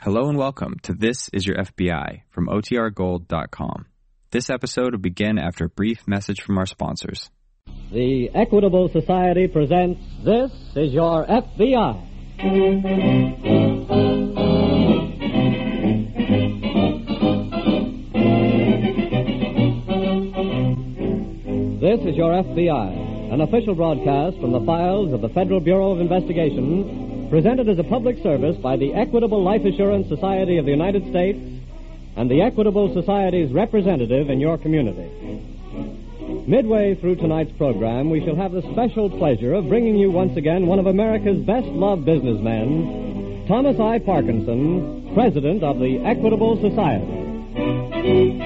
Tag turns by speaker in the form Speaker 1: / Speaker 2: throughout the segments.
Speaker 1: Hello and welcome to This Is Your FBI from OTRGold.com. This episode will begin after a brief message from our sponsors.
Speaker 2: The Equitable Society presents This is Your FBI. This is Your FBI, an official broadcast from the files of the Federal Bureau of Investigation, presented as a public service by the Equitable Life Assurance Society of the United States and the Equitable Society's representative in your community. Midway through tonight's program, we shall have the special pleasure of bringing you once again one of America's best loved businessmen, Thomas I. Parkinson, president of the Equitable Society.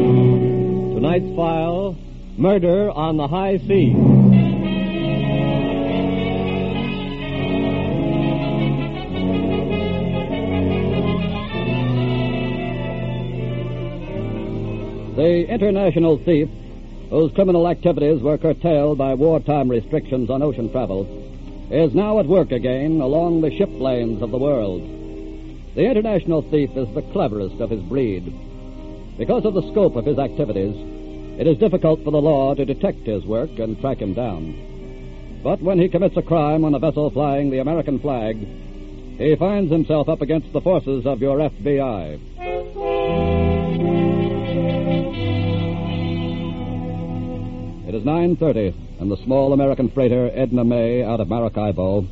Speaker 2: Tonight's file Murder on the High Seas. The international thief, whose criminal activities were curtailed by wartime restrictions on ocean travel, is now at work again along the ship lanes of the world. The international thief is the cleverest of his breed. Because of the scope of his activities, it is difficult for the law to detect his work and track him down. But when he commits a crime on a vessel flying the American flag, he finds himself up against the forces of your FBI. It is 9.30, and the small American freighter Edna May out of Maracaibo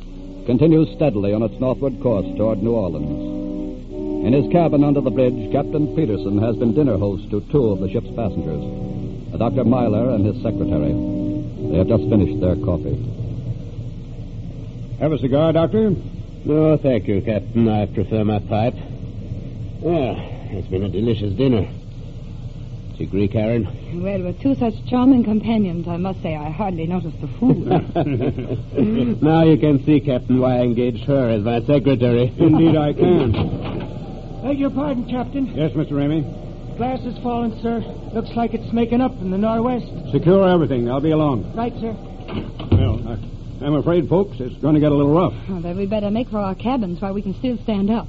Speaker 2: continues steadily on its northward course toward New Orleans. In his cabin under the bridge, Captain Peterson has been dinner host to two of the ship's passengers, a Dr. Myler and his secretary. They have just finished their coffee.
Speaker 3: Have a cigar, Doctor?
Speaker 4: No, Oh, thank you, Captain. I prefer my pipe. Well, it's been a delicious dinner. Do you agree, Karen?
Speaker 5: Well, with two such charming companions, I must say I hardly noticed the food.
Speaker 4: now you can see, Captain, why I engaged her as my secretary.
Speaker 3: Indeed, I can.
Speaker 6: Beg your pardon, Captain.
Speaker 3: Yes, Mr. Ramey.
Speaker 6: Glass has fallen, sir. Looks like it's making up in the northwest.
Speaker 3: Secure everything. I'll be along.
Speaker 6: Right, sir.
Speaker 3: Well, I, I'm afraid, folks, it's going to get a little rough.
Speaker 5: well, then we better make for our cabins while we can still stand up.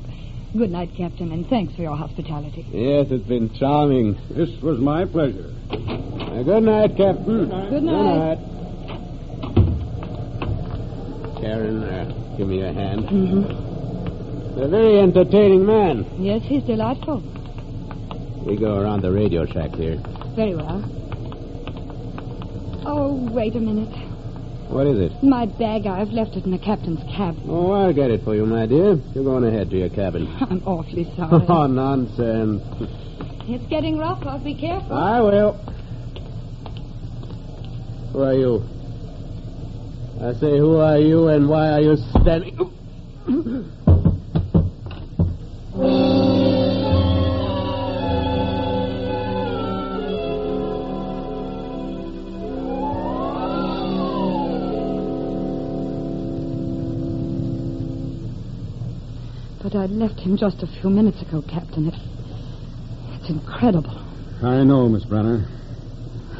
Speaker 5: Good night, Captain, and thanks for your hospitality.
Speaker 4: Yes, it's been charming.
Speaker 3: This was my pleasure.
Speaker 4: Now, good night, Captain.
Speaker 5: Good night.
Speaker 4: Karen, uh, give me your hand. A very entertaining man.
Speaker 5: Yes, he's delightful.
Speaker 4: We go around the radio shack here.
Speaker 5: Very well. Oh, wait a minute.
Speaker 4: What is it?
Speaker 5: My bag, I've left it in the captain's cab.
Speaker 4: Oh, I'll get it for you, my dear. You're going ahead to your cabin.
Speaker 5: I'm awfully sorry.
Speaker 4: Oh, nonsense.
Speaker 5: it's getting rough. I'll be careful.
Speaker 4: I will. Who are you? I say, who are you and why are you standing?
Speaker 5: But I left him just a few minutes ago, Captain. It, it's incredible.
Speaker 3: I know, Miss Brenner.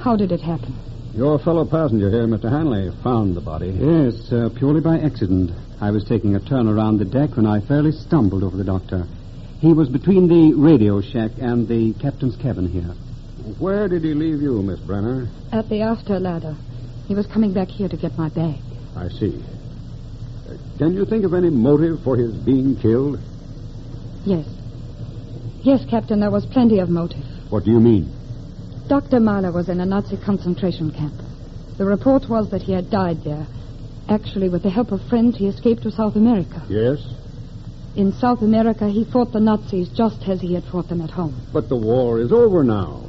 Speaker 5: How did it happen?
Speaker 3: Your fellow passenger here, Mr. Hanley, found the body.
Speaker 7: Yes, uh, purely by accident. I was taking a turn around the deck when I fairly stumbled over the doctor. He was between the radio shack and the captain's cabin here.
Speaker 3: Where did he leave you, Miss Brenner?
Speaker 5: At the after ladder. He was coming back here to get my bag.
Speaker 3: I see. Uh, Can you think of any motive for his being killed?
Speaker 5: Yes. Yes, Captain, there was plenty of motive.
Speaker 3: What do you mean?
Speaker 5: Dr. Mahler was in a Nazi concentration camp. The report was that he had died there. Actually, with the help of friends, he escaped to South America.
Speaker 3: Yes,
Speaker 5: In South America, he fought the Nazis just as he had fought them at home.
Speaker 3: but the war is over now.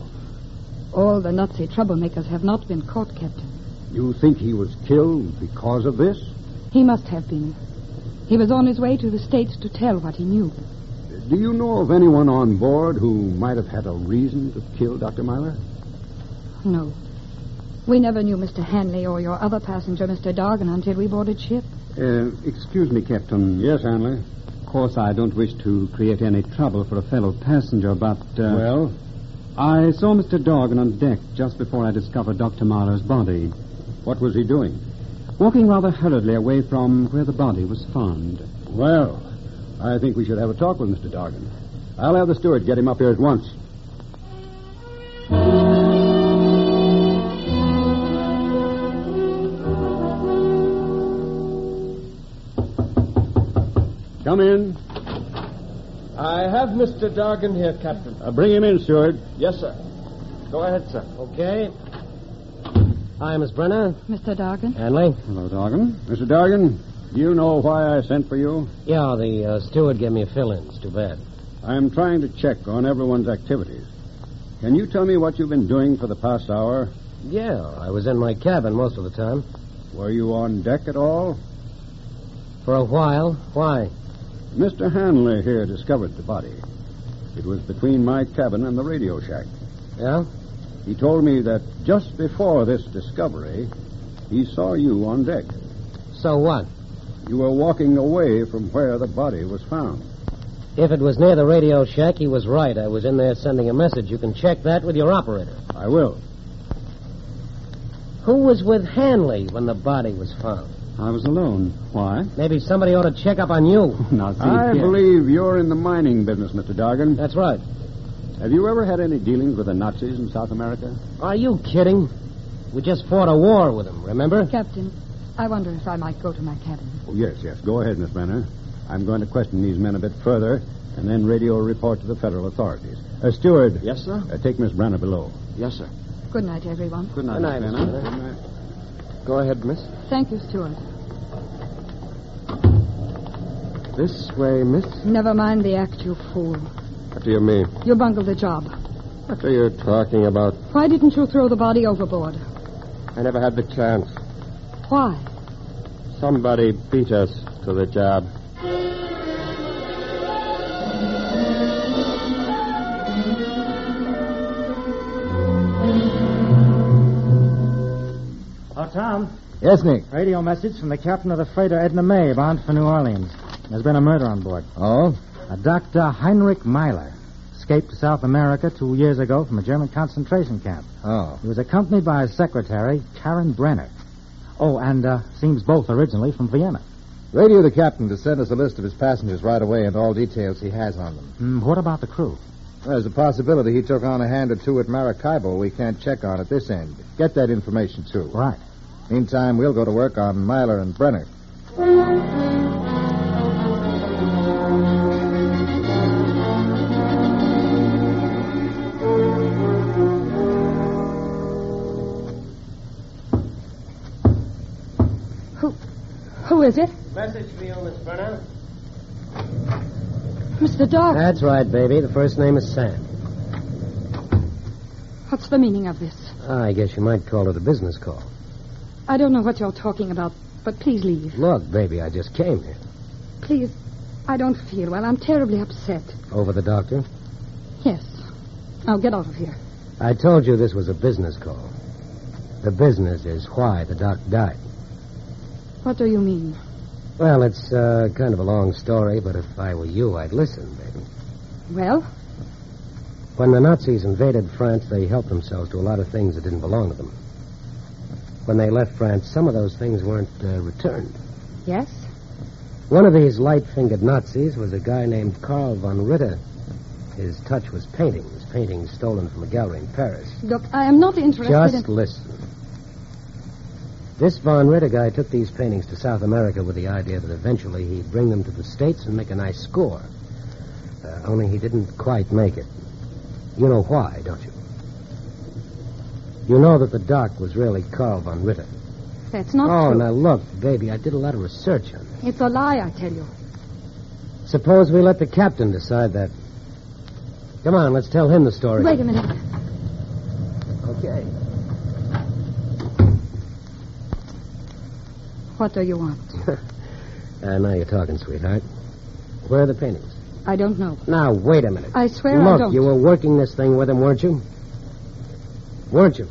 Speaker 5: All the Nazi troublemakers have not been caught, Captain.
Speaker 3: You think he was killed because of this?
Speaker 5: He must have been. He was on his way to the States to tell what he knew.
Speaker 3: Do you know of anyone on board who might have had a reason to kill Dr. Myler?
Speaker 5: No. We never knew Mr. Hanley or your other passenger, Mr. Dargan, until we boarded ship.
Speaker 7: Uh, excuse me, Captain.
Speaker 3: Yes, Hanley.
Speaker 7: Of course, I don't wish to create any trouble for a fellow passenger, but. Uh,
Speaker 3: well,
Speaker 8: I saw Mr. Dorgan on deck just before I discovered Dr. Marlowe's body,
Speaker 3: What was he doing?
Speaker 8: walking rather hurriedly away from where the body was found.
Speaker 3: Well, I think we should have a talk with Mr. Dargan. I'll have the steward get him up here at once. Come in.
Speaker 9: I have Mr. Dargan here, Captain.
Speaker 3: Uh, bring him in, steward.
Speaker 9: Yes, sir. Go ahead, sir. Okay. Hi, Miss Brenner.
Speaker 5: Mr. Dargan?
Speaker 9: Hanley.
Speaker 3: Hello, Dargan. Mr. Dargan, do you know why I sent for you?
Speaker 9: Yeah, the uh, steward gave me a fill-in. It's too bad.
Speaker 3: I'm trying to check on everyone's activities. Can you tell me what you've been doing for the past hour?
Speaker 9: Yeah, I was in my cabin most of the time.
Speaker 3: Were you on deck at all?
Speaker 9: For a while. Why?
Speaker 3: Mr. Hanley here discovered the body. It was between my cabin and the radio shack.
Speaker 9: Yeah?
Speaker 3: He told me that just before this discovery, he saw you on deck.
Speaker 9: So what?
Speaker 3: You were walking away from where the body was found.
Speaker 9: If it was near the radio shack, he was right. I was in there sending a message. You can check that with your operator.
Speaker 3: I will.
Speaker 9: Who was with Hanley when the body was found?
Speaker 8: I was alone. Why?
Speaker 9: Maybe somebody ought to check up on you.
Speaker 8: Now, see
Speaker 3: I
Speaker 8: here.
Speaker 3: believe you're in the mining business, Mr. Dargan.
Speaker 9: That's right.
Speaker 3: Have you ever had any dealings with the Nazis in South America?
Speaker 9: Are you kidding? We just fought a war with them, remember?
Speaker 5: Captain, I wonder if I might go to my cabin.
Speaker 3: Oh, yes, yes. Go ahead, Miss Manner. I'm going to question these men a bit further and then radio a report to the federal authorities. Uh, steward.
Speaker 9: Yes, sir?
Speaker 3: Uh, take Miss Branner below.
Speaker 9: Yes, sir.
Speaker 5: Good night, everyone.
Speaker 3: Good
Speaker 9: Good night, Miss Manner. Go ahead, miss.
Speaker 5: Thank you, Stuart.
Speaker 9: This way, miss.
Speaker 5: Never mind the act, you fool.
Speaker 9: What do you mean?
Speaker 5: You bungled the job.
Speaker 9: What are you talking about?
Speaker 5: Why didn't you throw the body overboard?
Speaker 9: I never had the chance.
Speaker 5: Why?
Speaker 9: Somebody beat us to the job.
Speaker 6: Oh, Tom,
Speaker 9: Yes, Nick.
Speaker 6: radio message from the captain of the freighter Edna May, bound for New Orleans. There's been a murder on board.
Speaker 9: Oh?
Speaker 6: A Dr. Heinrich Meiler escaped to South America two years ago from a German concentration camp.
Speaker 9: Oh.
Speaker 6: He was accompanied by his secretary, Karen Brenner. Oh, and uh, seems both originally from Vienna.
Speaker 9: Radio the captain to send us a list of his passengers right away and all details he has on them.
Speaker 6: Hmm, what about the crew?
Speaker 9: There's a possibility he took on a hand or two at Maracaibo we can't check on at this end. Get that information, too.
Speaker 6: Right.
Speaker 9: Meantime, we'll go to work on Myler and Brenner.
Speaker 5: Who? Who is it?
Speaker 9: Message for you, Miss Brenner.
Speaker 5: Mr. Dargan.
Speaker 9: That's right, baby. The first name is Sam.
Speaker 5: What's the meaning of this?
Speaker 9: Ah, I guess you might call it a business call.
Speaker 5: I don't know what you're talking about, but please leave.
Speaker 9: Look, baby, I just came here.
Speaker 5: Please. I don't feel well. I'm terribly upset.
Speaker 9: Over the doctor.
Speaker 5: Yes. Now get out of here.
Speaker 9: I told you this was a business call. The business is why the doc died.
Speaker 5: What do you mean?
Speaker 9: Well, it's uh, kind of a long story, but if I were you, I'd listen, baby.
Speaker 5: Well,
Speaker 9: When the Nazis invaded France, they helped themselves to a lot of things that didn't belong to them. When they left France, some of those things weren't uh, returned.
Speaker 5: yes.
Speaker 9: One of these light fingered Nazis was a guy named Karl von Ritter. His touch was paintings, paintings stolen from a gallery in Paris.
Speaker 5: Look, I am not interested
Speaker 9: Just
Speaker 5: in.
Speaker 9: listen. This Von Ritter guy took these paintings to South America with the idea that eventually he'd bring them to the States and make a nice score. Uh, only he didn't quite make it. You know why, don't you? You know that the doc was really Carl von Ritter.
Speaker 5: That's not
Speaker 9: oh,
Speaker 5: true.
Speaker 9: now look, baby, I did a lot of research on
Speaker 5: It's a lie, I tell you.
Speaker 9: it. Suppose we let the captain decide that. Come on, let's tell him the story.
Speaker 5: Wait a minute.
Speaker 9: Okay.
Speaker 5: What do you want?
Speaker 9: Uh, now you're talking, sweetheart. Where are the paintings?
Speaker 5: I don't know.
Speaker 9: Now, wait a minute.
Speaker 5: I swear Uh, I
Speaker 9: Look,
Speaker 5: don't.
Speaker 9: you were working this thing with him, weren't you? Weren't you?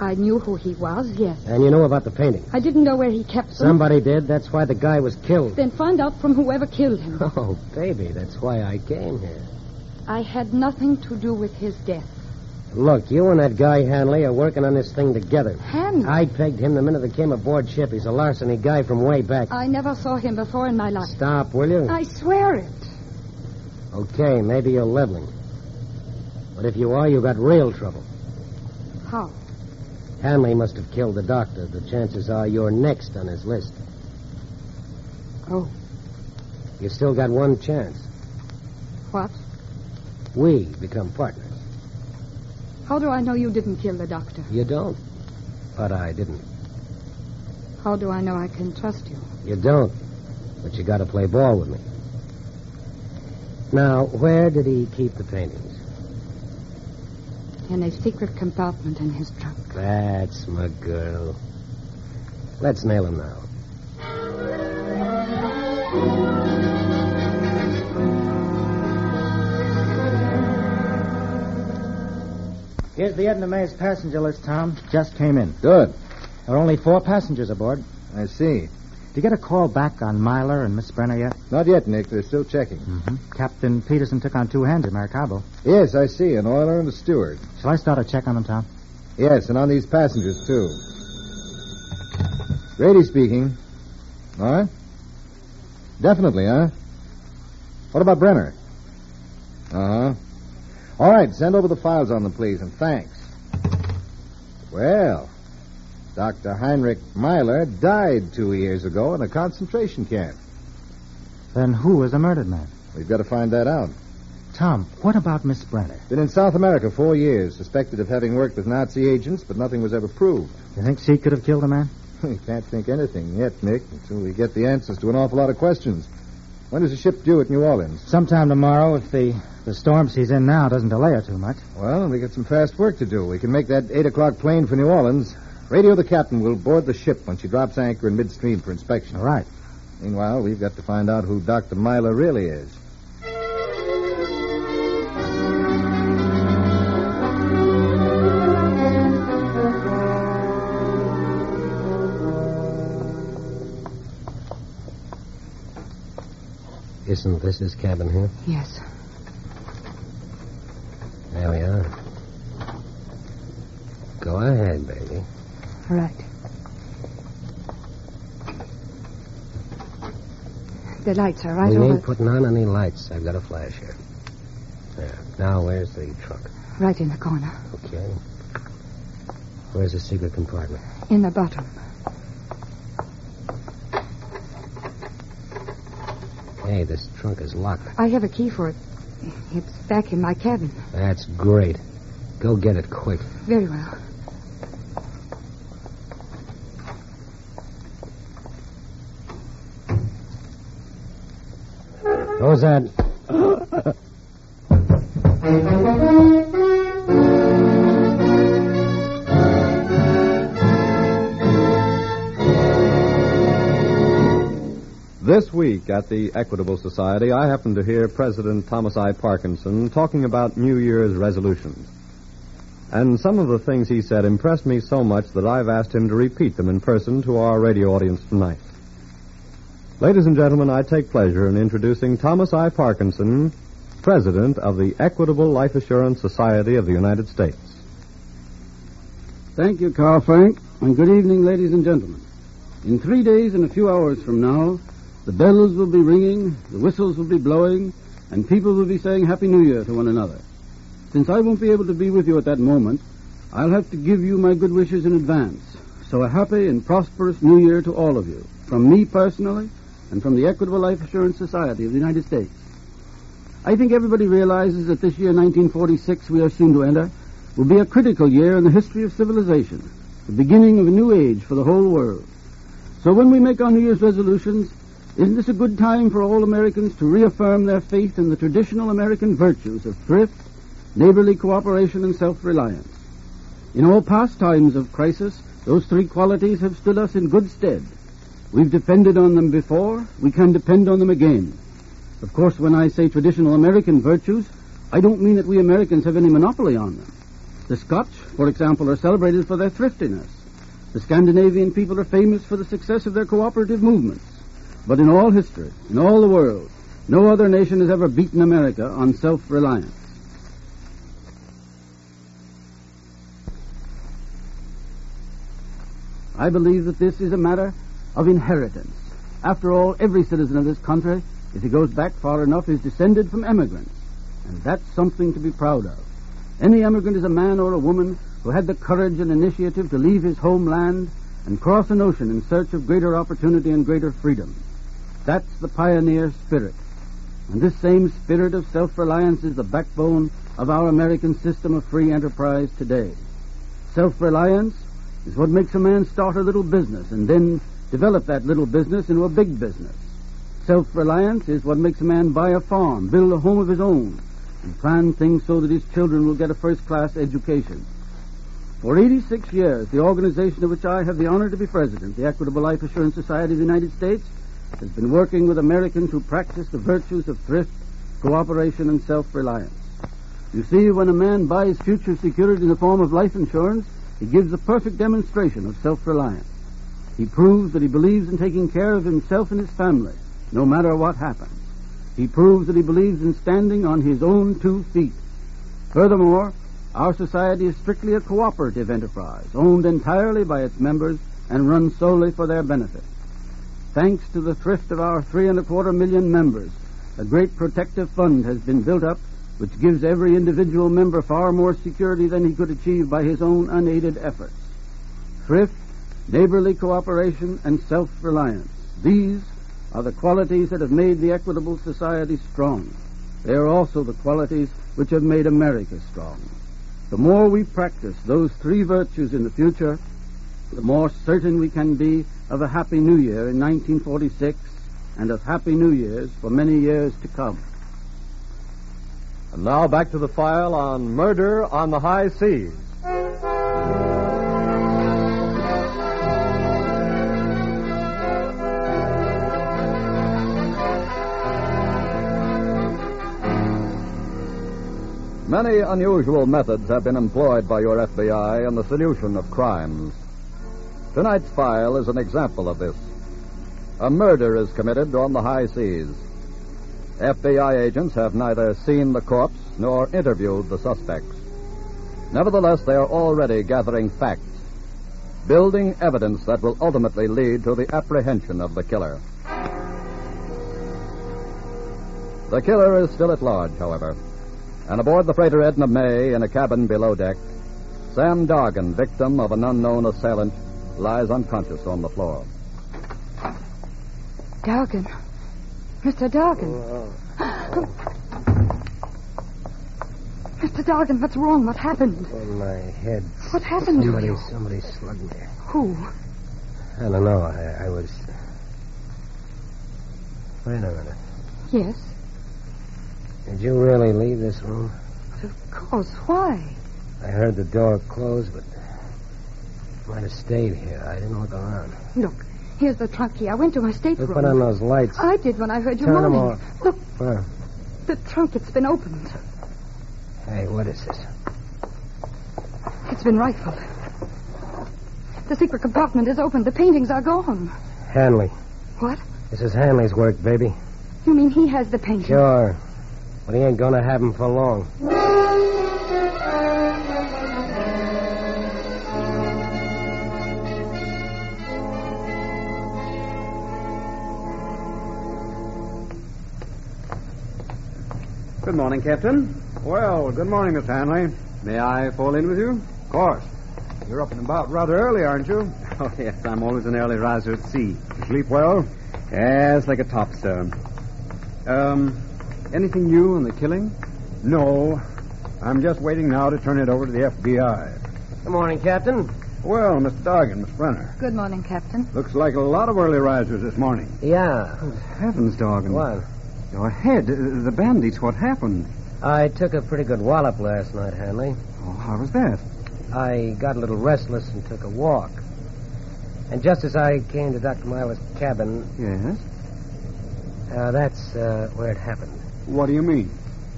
Speaker 5: I knew who he was, yes.
Speaker 9: And you know about the painting.
Speaker 5: I didn't know where he kept them.
Speaker 9: Somebody did. That's why the guy was killed.
Speaker 5: Then find out from whoever killed him.
Speaker 9: Oh, baby, that's why I came here.
Speaker 5: I had nothing to do with his death.
Speaker 9: Look, you and that guy Hanley are working on this thing together.
Speaker 5: Hanley?
Speaker 9: I pegged him the minute they came aboard ship. He's a larceny guy from way back.
Speaker 5: I never saw him before in my life.
Speaker 9: Stop, will you?
Speaker 5: I swear it.
Speaker 9: Okay, maybe you're leveling. But if you are, you got real trouble.
Speaker 5: How?
Speaker 9: Hanley must have killed the doctor. The chances are you're next on his list.
Speaker 5: Oh,
Speaker 9: You still got one chance.
Speaker 5: what?
Speaker 9: We become partners.
Speaker 5: How do I know you didn't kill the doctor?
Speaker 9: You don't. But I didn't.
Speaker 5: How do I know I can trust you?
Speaker 9: You don't. But you gotta play ball with me. Now, where did he keep the paintings?
Speaker 5: In a secret compartment in his trunk.
Speaker 9: That's my girl. Let's nail him now.
Speaker 6: Here's the Edna May's passenger list, Tom. Just came in.
Speaker 10: Good.
Speaker 6: There are only four passengers aboard.
Speaker 10: I see.
Speaker 6: Did you get a call back on Myler and Miss Brenner yet?
Speaker 10: Not yet, Nick. They're still checking.
Speaker 6: Mm-hmm. Captain Peterson took on two hands at Maracaibo.
Speaker 10: Yes, I see. An oiler and a steward.
Speaker 6: Shall I start a check on them, Tom?
Speaker 10: Yes, and on these passengers, too. Grady speaking. All right? Definitely, huh? What about Brenner? Uh huh. All right, send over the files on them, please, and thanks. Well, Dr. Heinrich Myler died two years ago in a concentration camp.
Speaker 6: Then who was the murdered man?
Speaker 10: We've got to find that out.
Speaker 6: Tom, what about Miss Brenner?
Speaker 10: Been in South America four years, suspected of having worked with Nazi agents, but nothing was ever proved.
Speaker 6: You think she could have killed a man?
Speaker 10: We can't think anything yet, Nick, until we get the answers to an awful lot of questions. When is the ship due at New Orleans?
Speaker 6: Sometime tomorrow, if the, the storm she's in now doesn't delay her too much.
Speaker 10: Well, we got some fast work to do. We can make that eight o'clock plane for New Orleans. Radio the captain. We'll board the ship when she drops anchor in midstream for inspection.
Speaker 6: All right.
Speaker 10: Meanwhile, we've got to find out who Dr. Myler really is.
Speaker 9: Isn't this his cabin here?
Speaker 5: Yes.
Speaker 9: There we are. Go ahead, baby.
Speaker 5: All right. The lights are right
Speaker 9: we
Speaker 5: over.
Speaker 9: ain't putting on any lights. I've got a flash here. There. Now, where's the truck?
Speaker 5: Right in the corner.
Speaker 9: Okay. Where's the secret compartment?
Speaker 5: In the bottom.
Speaker 9: Hey, this trunk is locked.
Speaker 5: I have a key for it. It's back in my cabin.
Speaker 9: That's great. Go get it quick.
Speaker 5: Very well.
Speaker 9: Who's that?
Speaker 11: This week at the Equitable Society, I happened to hear President Thomas I. Parkinson talking about New Year's resolutions. And some of the things he said impressed me so much that I've asked him to repeat them in person to our radio audience tonight. Ladies and gentlemen, I take pleasure in introducing Thomas I. Parkinson, President of the Equitable Life Assurance Society of the United States.
Speaker 12: Thank you, Carl Frank, and good evening, ladies and gentlemen. In three days and a few hours from now, the bells will be ringing, the whistles will be blowing, and people will be saying Happy New Year to one another. Since I won't be able to be with you at that moment, I'll have to give you my good wishes in advance. So a happy and prosperous New Year to all of you, from me personally, and from the Equitable Life Assurance Society of the United States. I think everybody realizes that this year, 1946, we are soon to enter, will be a critical year in the history of civilization, the beginning of a new age for the whole world. So when we make our New Year's resolutions, isn't this a good time for all Americans to reaffirm their faith in the traditional American virtues of thrift, neighborly cooperation, and self-reliance? In all past times of crisis, those three qualities have stood us in good stead. We've depended on them before, we can depend on them again. Of course, when I say traditional American virtues, I don't mean that we Americans have any monopoly on them. The Scotch, for example, are celebrated for their thriftiness. The Scandinavian people are famous for the success of their cooperative movements. But in all history, in all the world, no other nation has ever beaten America on self reliance. I believe that this is a matter of inheritance. After all, every citizen of this country, if he goes back far enough, is descended from emigrants. And that's something to be proud of. Any emigrant is a man or a woman who had the courage and initiative to leave his homeland and cross an ocean in search of greater opportunity and greater freedom. That's the pioneer spirit. And this same spirit of self reliance is the backbone of our American system of free enterprise today. Self reliance is what makes a man start a little business and then develop that little business into a big business. Self reliance is what makes a man buy a farm, build a home of his own, and plan things so that his children will get a first class education. For 86 years, the organization of which I have the honor to be president, the Equitable Life Assurance Society of the United States, has been working with Americans who practice the virtues of thrift, cooperation, and self reliance. You see, when a man buys future security in the form of life insurance, he gives a perfect demonstration of self reliance. He proves that he believes in taking care of himself and his family, no matter what happens. He proves that he believes in standing on his own two feet. Furthermore, our society is strictly a cooperative enterprise, owned entirely by its members and run solely for their benefit. Thanks to the thrift of our three and a quarter million members, a great protective fund has been built up which gives every individual member far more security than he could achieve by his own unaided efforts. Thrift, neighborly cooperation, and self reliance. These are the qualities that have made the Equitable Society strong. They are also the qualities which have made America strong. The more we practice those three virtues in the future, the more certain we can be of a Happy New Year in 1946 and of Happy New Years for many years to come.
Speaker 11: And now back to the file on Murder on the High Seas. Many unusual methods have been employed by your FBI in the solution of crimes. Tonight's file is an example of this. A murder is committed on the high seas. FBI agents have neither seen the corpse nor interviewed the suspects. Nevertheless, they are already gathering facts, building evidence that will ultimately lead to the apprehension of the killer. The killer is still at large, however, and aboard the freighter Edna May in a cabin below deck, Sam Dargan, victim of an unknown assailant, lies unconscious on the floor.
Speaker 5: Dargan. Mr. Dargan. Mr. Dargan, what's wrong? What happened?
Speaker 9: Oh, my head.
Speaker 5: What happened
Speaker 9: somebody,
Speaker 5: to you?
Speaker 9: Somebody slugged me.
Speaker 5: Who?
Speaker 9: I don't know. I, I was. Wait a minute.
Speaker 5: Yes.
Speaker 9: Did you really leave this room?
Speaker 5: But of course. Why?
Speaker 9: I heard the door close, but might have stayed here. I didn't look around.
Speaker 5: Look, here's the trunk key. I went to my
Speaker 9: Who
Speaker 5: stateroom.
Speaker 9: put on those lights?
Speaker 5: I did when I heard you
Speaker 9: Turn 'em
Speaker 5: moaning.
Speaker 9: off.
Speaker 5: Look,
Speaker 9: Well,
Speaker 5: the trunk, it's been opened.
Speaker 9: hey, what is this?
Speaker 5: It's been rifled. The secret compartment is open. The paintings are gone.
Speaker 9: Hanley.
Speaker 5: What?
Speaker 9: This is Hanley's work, baby.
Speaker 5: You mean he has the painting?
Speaker 9: Sure. But he ain't gonna have him for long.
Speaker 10: Good morning, Captain. Well, good morning, Miss Hanley. May I fall in with you? Of course. You're up and about rather early, aren't you?
Speaker 3: Oh, yes, I'm always an early riser at sea.
Speaker 10: Sleep well?
Speaker 3: Yes, like a topstone. Um, anything new on the killing?
Speaker 10: No. I'm just waiting now to turn it over to the FBI.
Speaker 9: Good morning, Captain.
Speaker 10: Well, Miss Dargan, Miss Brenner.
Speaker 5: Good morning, Captain.
Speaker 10: Looks like a lot of early risers this morning.
Speaker 9: Yeah.
Speaker 3: Heavens, Dorgan.
Speaker 9: What?
Speaker 3: Your head, uh, the bandage, what happened?
Speaker 9: I took a pretty good wallop last night, Hanley.
Speaker 3: Oh, how was that?
Speaker 9: I got a little restless and took a walk. And just as I came to Dr. Myler's cabin,
Speaker 3: Yes?
Speaker 9: uh, that's uh, where it happened.
Speaker 10: What do you mean?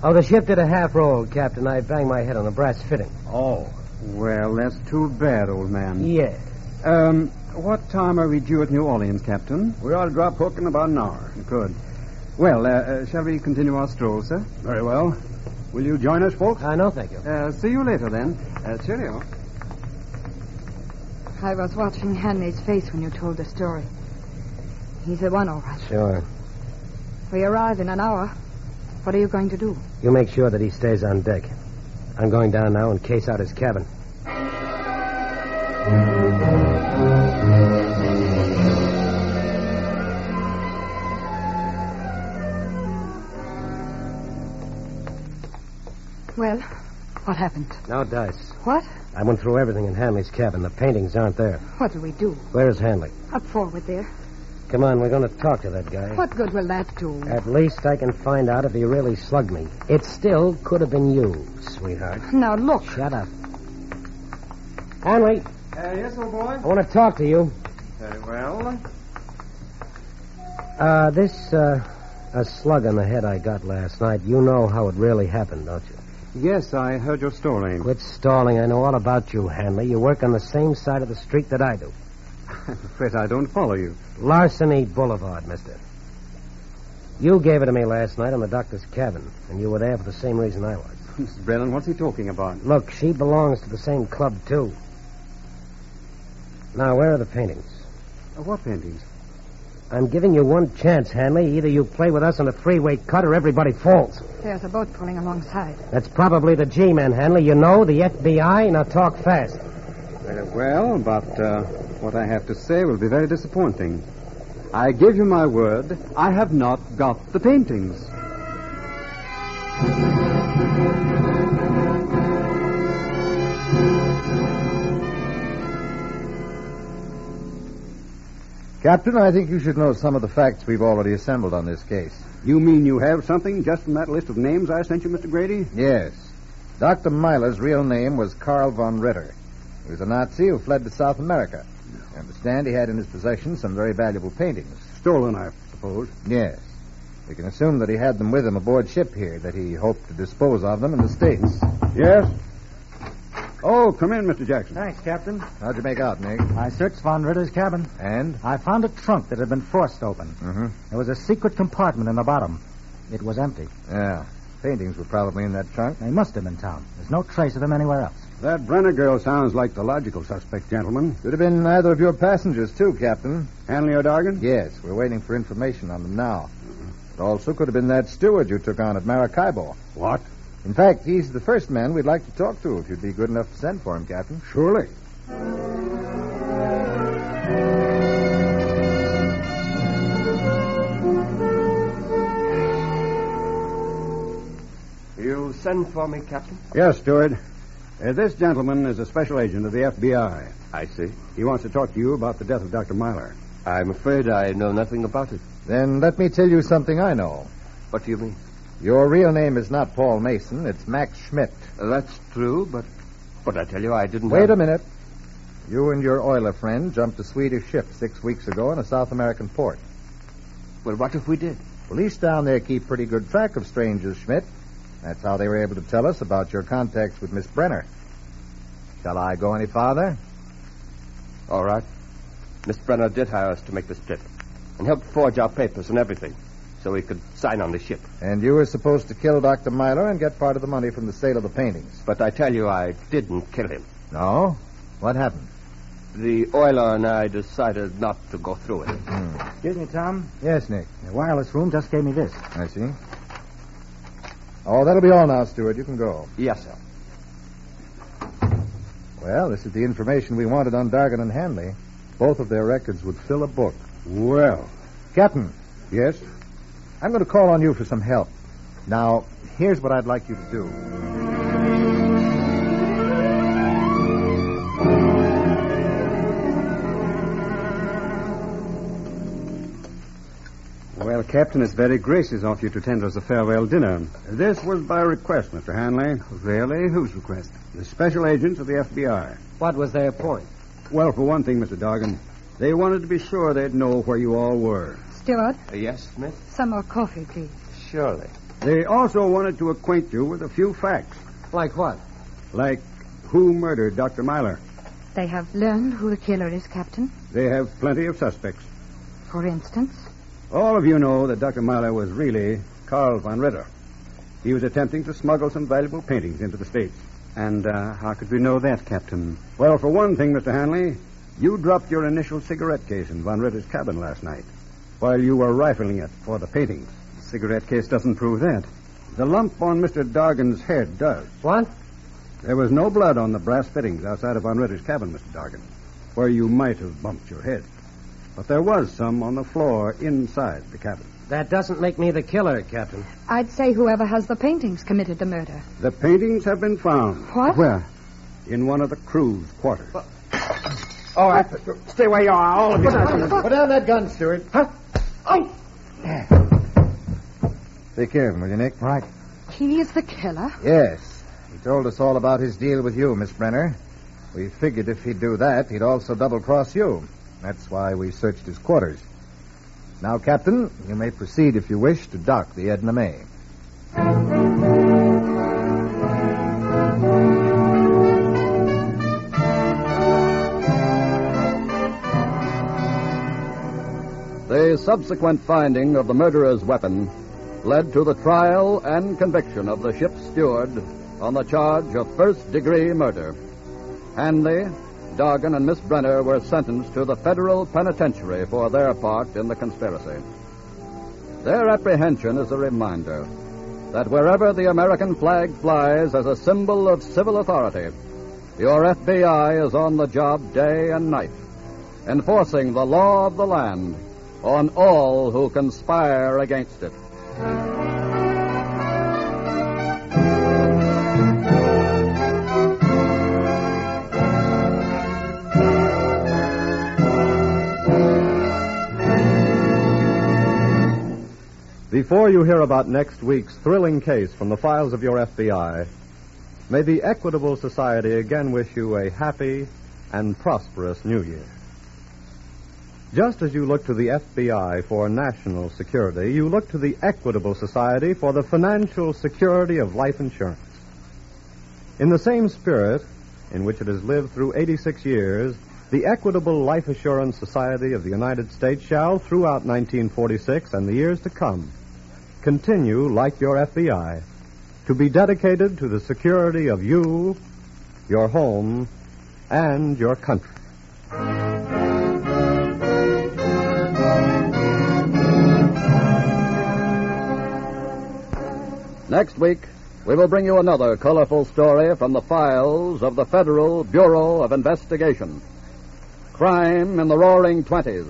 Speaker 9: Oh, the ship did a half roll, Captain. I banged my head on a brass fitting.
Speaker 10: Oh.
Speaker 3: Well, that's too bad, old man.
Speaker 9: Yeah.
Speaker 3: Um, what time are we due at New Orleans, Captain?
Speaker 10: We ought to drop hook in about an hour.
Speaker 3: Good. Well, uh, uh, shall we continue our stroll, sir?
Speaker 10: Very well. Will you join us, folks?
Speaker 9: Uh, no, thank you.
Speaker 3: Uh, see you later, then. Uh, cheerio.
Speaker 5: I was watching Hanley's face when you told the story. He's the one, all right.
Speaker 9: Sure.
Speaker 5: We arrive in an hour. What are you going to do?
Speaker 9: You make sure that he stays on deck. I'm going down now and case out his cabin.
Speaker 5: Well, what happened?
Speaker 9: No dice.
Speaker 5: What?
Speaker 9: I went through everything in Hanley's cabin. The paintings aren't there.
Speaker 5: What do we do?
Speaker 9: Where is Hanley?
Speaker 5: Up forward there.
Speaker 9: Come on, we're going to talk to that guy.
Speaker 5: What good will that do?
Speaker 9: At least I can find out if he really slugged me. It still could have been you, sweetheart.
Speaker 5: Now look.
Speaker 9: Shut up. Hanley,
Speaker 3: Uh, yes, old boy?
Speaker 9: I want to talk to you.
Speaker 3: Very well.
Speaker 9: Uh, this, uh, a slug on the head I got last night, you know how it really happened, don't you?
Speaker 3: Yes, I heard your story.
Speaker 9: Quit stalling. I know all about you, Hanley. You work on the same side of the street that I do.
Speaker 3: I'm afraid I don't follow you.
Speaker 9: Larceny Boulevard, mister. You gave it to me last night in the doctor's cabin, and you were there for the same reason I was.
Speaker 3: Mr. Brennan, what's he talking about?
Speaker 9: Look, she belongs to the same club, too. Now, where are the paintings?
Speaker 3: Uh, What paintings?
Speaker 9: I'm giving you one chance, Hanley. Either you play with us on a freeway cut or everybody falls.
Speaker 5: There's a boat pulling alongside.
Speaker 9: That's probably the G-man, Hanley. You know, the FBI. Now talk fast.
Speaker 3: Very well, but uh, what I have to say will be very disappointing. I give you my word, I have not got the paintings.
Speaker 10: Captain, I think you should know some of the facts we've already assembled on this case.
Speaker 3: You mean you have something just from that list of names I sent you, Mr. Grady?
Speaker 10: Yes. Dr. Myler's real name was Carl von Ritter. He was a Nazi who fled to South America. I understand he had in his possession some very valuable paintings.
Speaker 3: Stolen, I suppose.
Speaker 10: Yes. We can assume that he had them with him aboard ship here, that he hoped to dispose of them in the States.
Speaker 3: Yes. Oh, come in, Mr. Jackson.
Speaker 6: Thanks, Captain.
Speaker 10: How'd you make out, Nick?
Speaker 6: I searched Von Ritter's cabin.
Speaker 10: And?
Speaker 6: I found a trunk that had been forced open.
Speaker 10: Mm-hmm.
Speaker 6: There was a secret compartment in the bottom. It was empty.
Speaker 10: Yeah. Paintings were probably in that trunk.
Speaker 6: They must have been found. There's no trace of them anywhere else.
Speaker 3: That Brenner girl sounds like the logical suspect, gentlemen.
Speaker 10: Could have been either of your passengers, too, Captain.
Speaker 3: Hanley O'Dargan?
Speaker 10: Yes, we're waiting for information on them now. It also could have been that steward you took on at Maracaibo.
Speaker 3: What?
Speaker 10: In fact, he's the first man we'd like to talk to if you'd be good enough to send for him, Captain.
Speaker 3: Surely.
Speaker 13: You send for me, Captain?
Speaker 3: Yes, Steward. Uh, this gentleman is a special agent of the FBI.
Speaker 13: I see.
Speaker 3: He wants to talk to you about the death of Dr. Myler.
Speaker 13: I'm afraid I know nothing about it.
Speaker 10: Then let me tell you something I know.
Speaker 13: What do you mean?
Speaker 10: Your real name is not Paul Mason, it's Max Schmidt.
Speaker 13: Uh, That's true, but but I tell you, I didn't.
Speaker 10: Wait a minute. You and your oiler friend jumped a Swedish ship six weeks ago in a South American port.
Speaker 13: Well, what if we did?
Speaker 10: Police down there keep pretty good track of strangers, Schmidt. That's how they were able to tell us about your contacts with Miss Brenner. Shall I go any farther?
Speaker 13: All right. Miss Brenner did hire us to make this trip, and helped forge our papers and everything, so we could sign on the ship.
Speaker 10: And you were supposed to kill Dr. Myler and get part of the money from the sale of the paintings.
Speaker 13: But I tell you, I didn't kill him.
Speaker 10: No? What happened?
Speaker 13: The oiler and I decided not to go through it.
Speaker 6: Excuse me, Tom.
Speaker 10: Yes, Nick.
Speaker 6: The wireless room just gave me this.
Speaker 10: I see. Oh, that'll be all now, Stewart. You can go.
Speaker 13: Yes, sir.
Speaker 10: Well, this is the information we wanted on Dargan and Hanley. Both of their records would fill a book.
Speaker 3: Well,
Speaker 10: Captain,
Speaker 3: yes?
Speaker 10: I'm going to call on you for some help. Now, here's what I'd like you to do.
Speaker 3: Well, Captain, it's very gracious of you to tend us a farewell dinner. This was by request, Mr. Hanley. Really? Whose request? The special agents of the FBI.
Speaker 9: What was their point?
Speaker 3: Well, for one thing, Mr. Dargan, they wanted to be sure they'd know where you all were.
Speaker 5: Steward,
Speaker 13: Uh, yes, Smith?
Speaker 5: some more coffee, please.
Speaker 13: Surely.
Speaker 3: They also wanted to acquaint you with a few facts,
Speaker 9: Like what?
Speaker 3: like who murdered Dr. Myler.
Speaker 5: They have learned who the killer is, Captain.
Speaker 3: They have plenty of suspects.
Speaker 5: For instance,
Speaker 3: All of you know that Dr. Myler was really Carl von Ritter. He was attempting to smuggle some valuable paintings into the States. And uh, how could we know that, Captain? Well, for one thing, Mr. Hanley, You dropped your initial cigarette case in Von Ritter's cabin last night while you were rifling it for the paintings. The cigarette case doesn't prove that. The lump on Mr. Dargan's head does. What? There was no blood on the brass fittings outside of Von Ritter's cabin, Mr. Dargan, where you might have bumped your head. But there was some on the floor inside the cabin.
Speaker 9: That doesn't make me the killer, Captain.
Speaker 5: I'd say whoever has the paintings committed the murder.
Speaker 3: The paintings have been found.
Speaker 5: What?
Speaker 3: Where? In one of the crew's quarters.
Speaker 14: All right. Stay where you are, all of you.
Speaker 10: Put down that gun, Stewart. Huh?
Speaker 14: Oh!
Speaker 10: Take care of him, will you, Nick? Right.
Speaker 5: He is the killer?
Speaker 10: Yes. He told us all about his deal with you, Miss Brenner. We figured if he'd do that, he'd also double cross you. That's why we searched his quarters. Now, Captain, you may proceed if you wish to dock the Edna May.
Speaker 2: The subsequent finding of the murderer's weapon led to the trial and conviction of the ship's steward on the charge of first degree murder. Hanley, Dargan, and Miss Brenner were sentenced to the federal penitentiary for their part in the conspiracy. Their apprehension is a reminder that wherever the American flag flies as a symbol of civil authority, your FBI is on the job day and night, enforcing the law of the land on all who conspire against it.
Speaker 11: Before you hear about next week's thrilling case from the files of your FBI, may the Equitable Society again wish you a happy and prosperous New Year. Just as you look to the FBI for national security, you look to the Equitable Society for the financial security of life insurance. In the same spirit in which it has lived through 86 years, the Equitable Life Assurance Society of the United States shall, throughout 1946 and the years to come, continue, like your FBI, to be dedicated to the security of you, your home, and your country.
Speaker 2: Next week, we will bring you another colorful story from the files of the Federal Bureau of Investigation. Crime in the Roaring Twenties.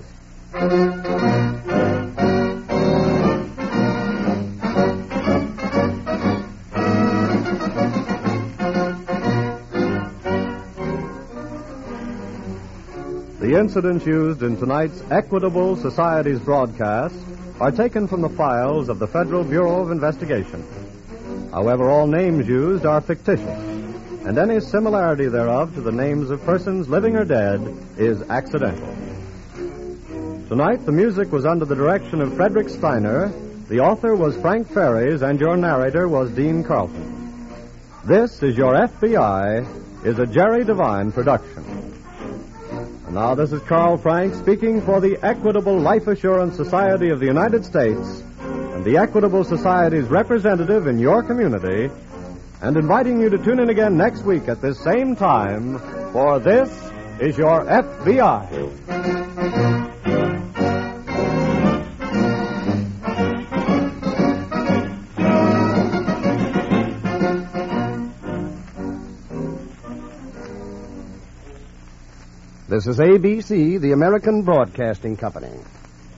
Speaker 11: The incidents used in tonight's Equitable Society's broadcast are taken from the files of the Federal Bureau of Investigation. However, all names used are fictitious, and any similarity thereof to the names of persons living or dead is accidental. Tonight, the music was under the direction of Frederick Steiner, the author was Frank Ferries, and your narrator was Dean Carlton. This is Your FBI, is a Jerry Devine production. And now, this is Carl Frank speaking for the Equitable Life Assurance Society of the United States and the Equitable Society's representative in your community, and inviting you to tune in again next week at this same time for This is Your FBI.
Speaker 15: This is ABC, the American Broadcasting Company.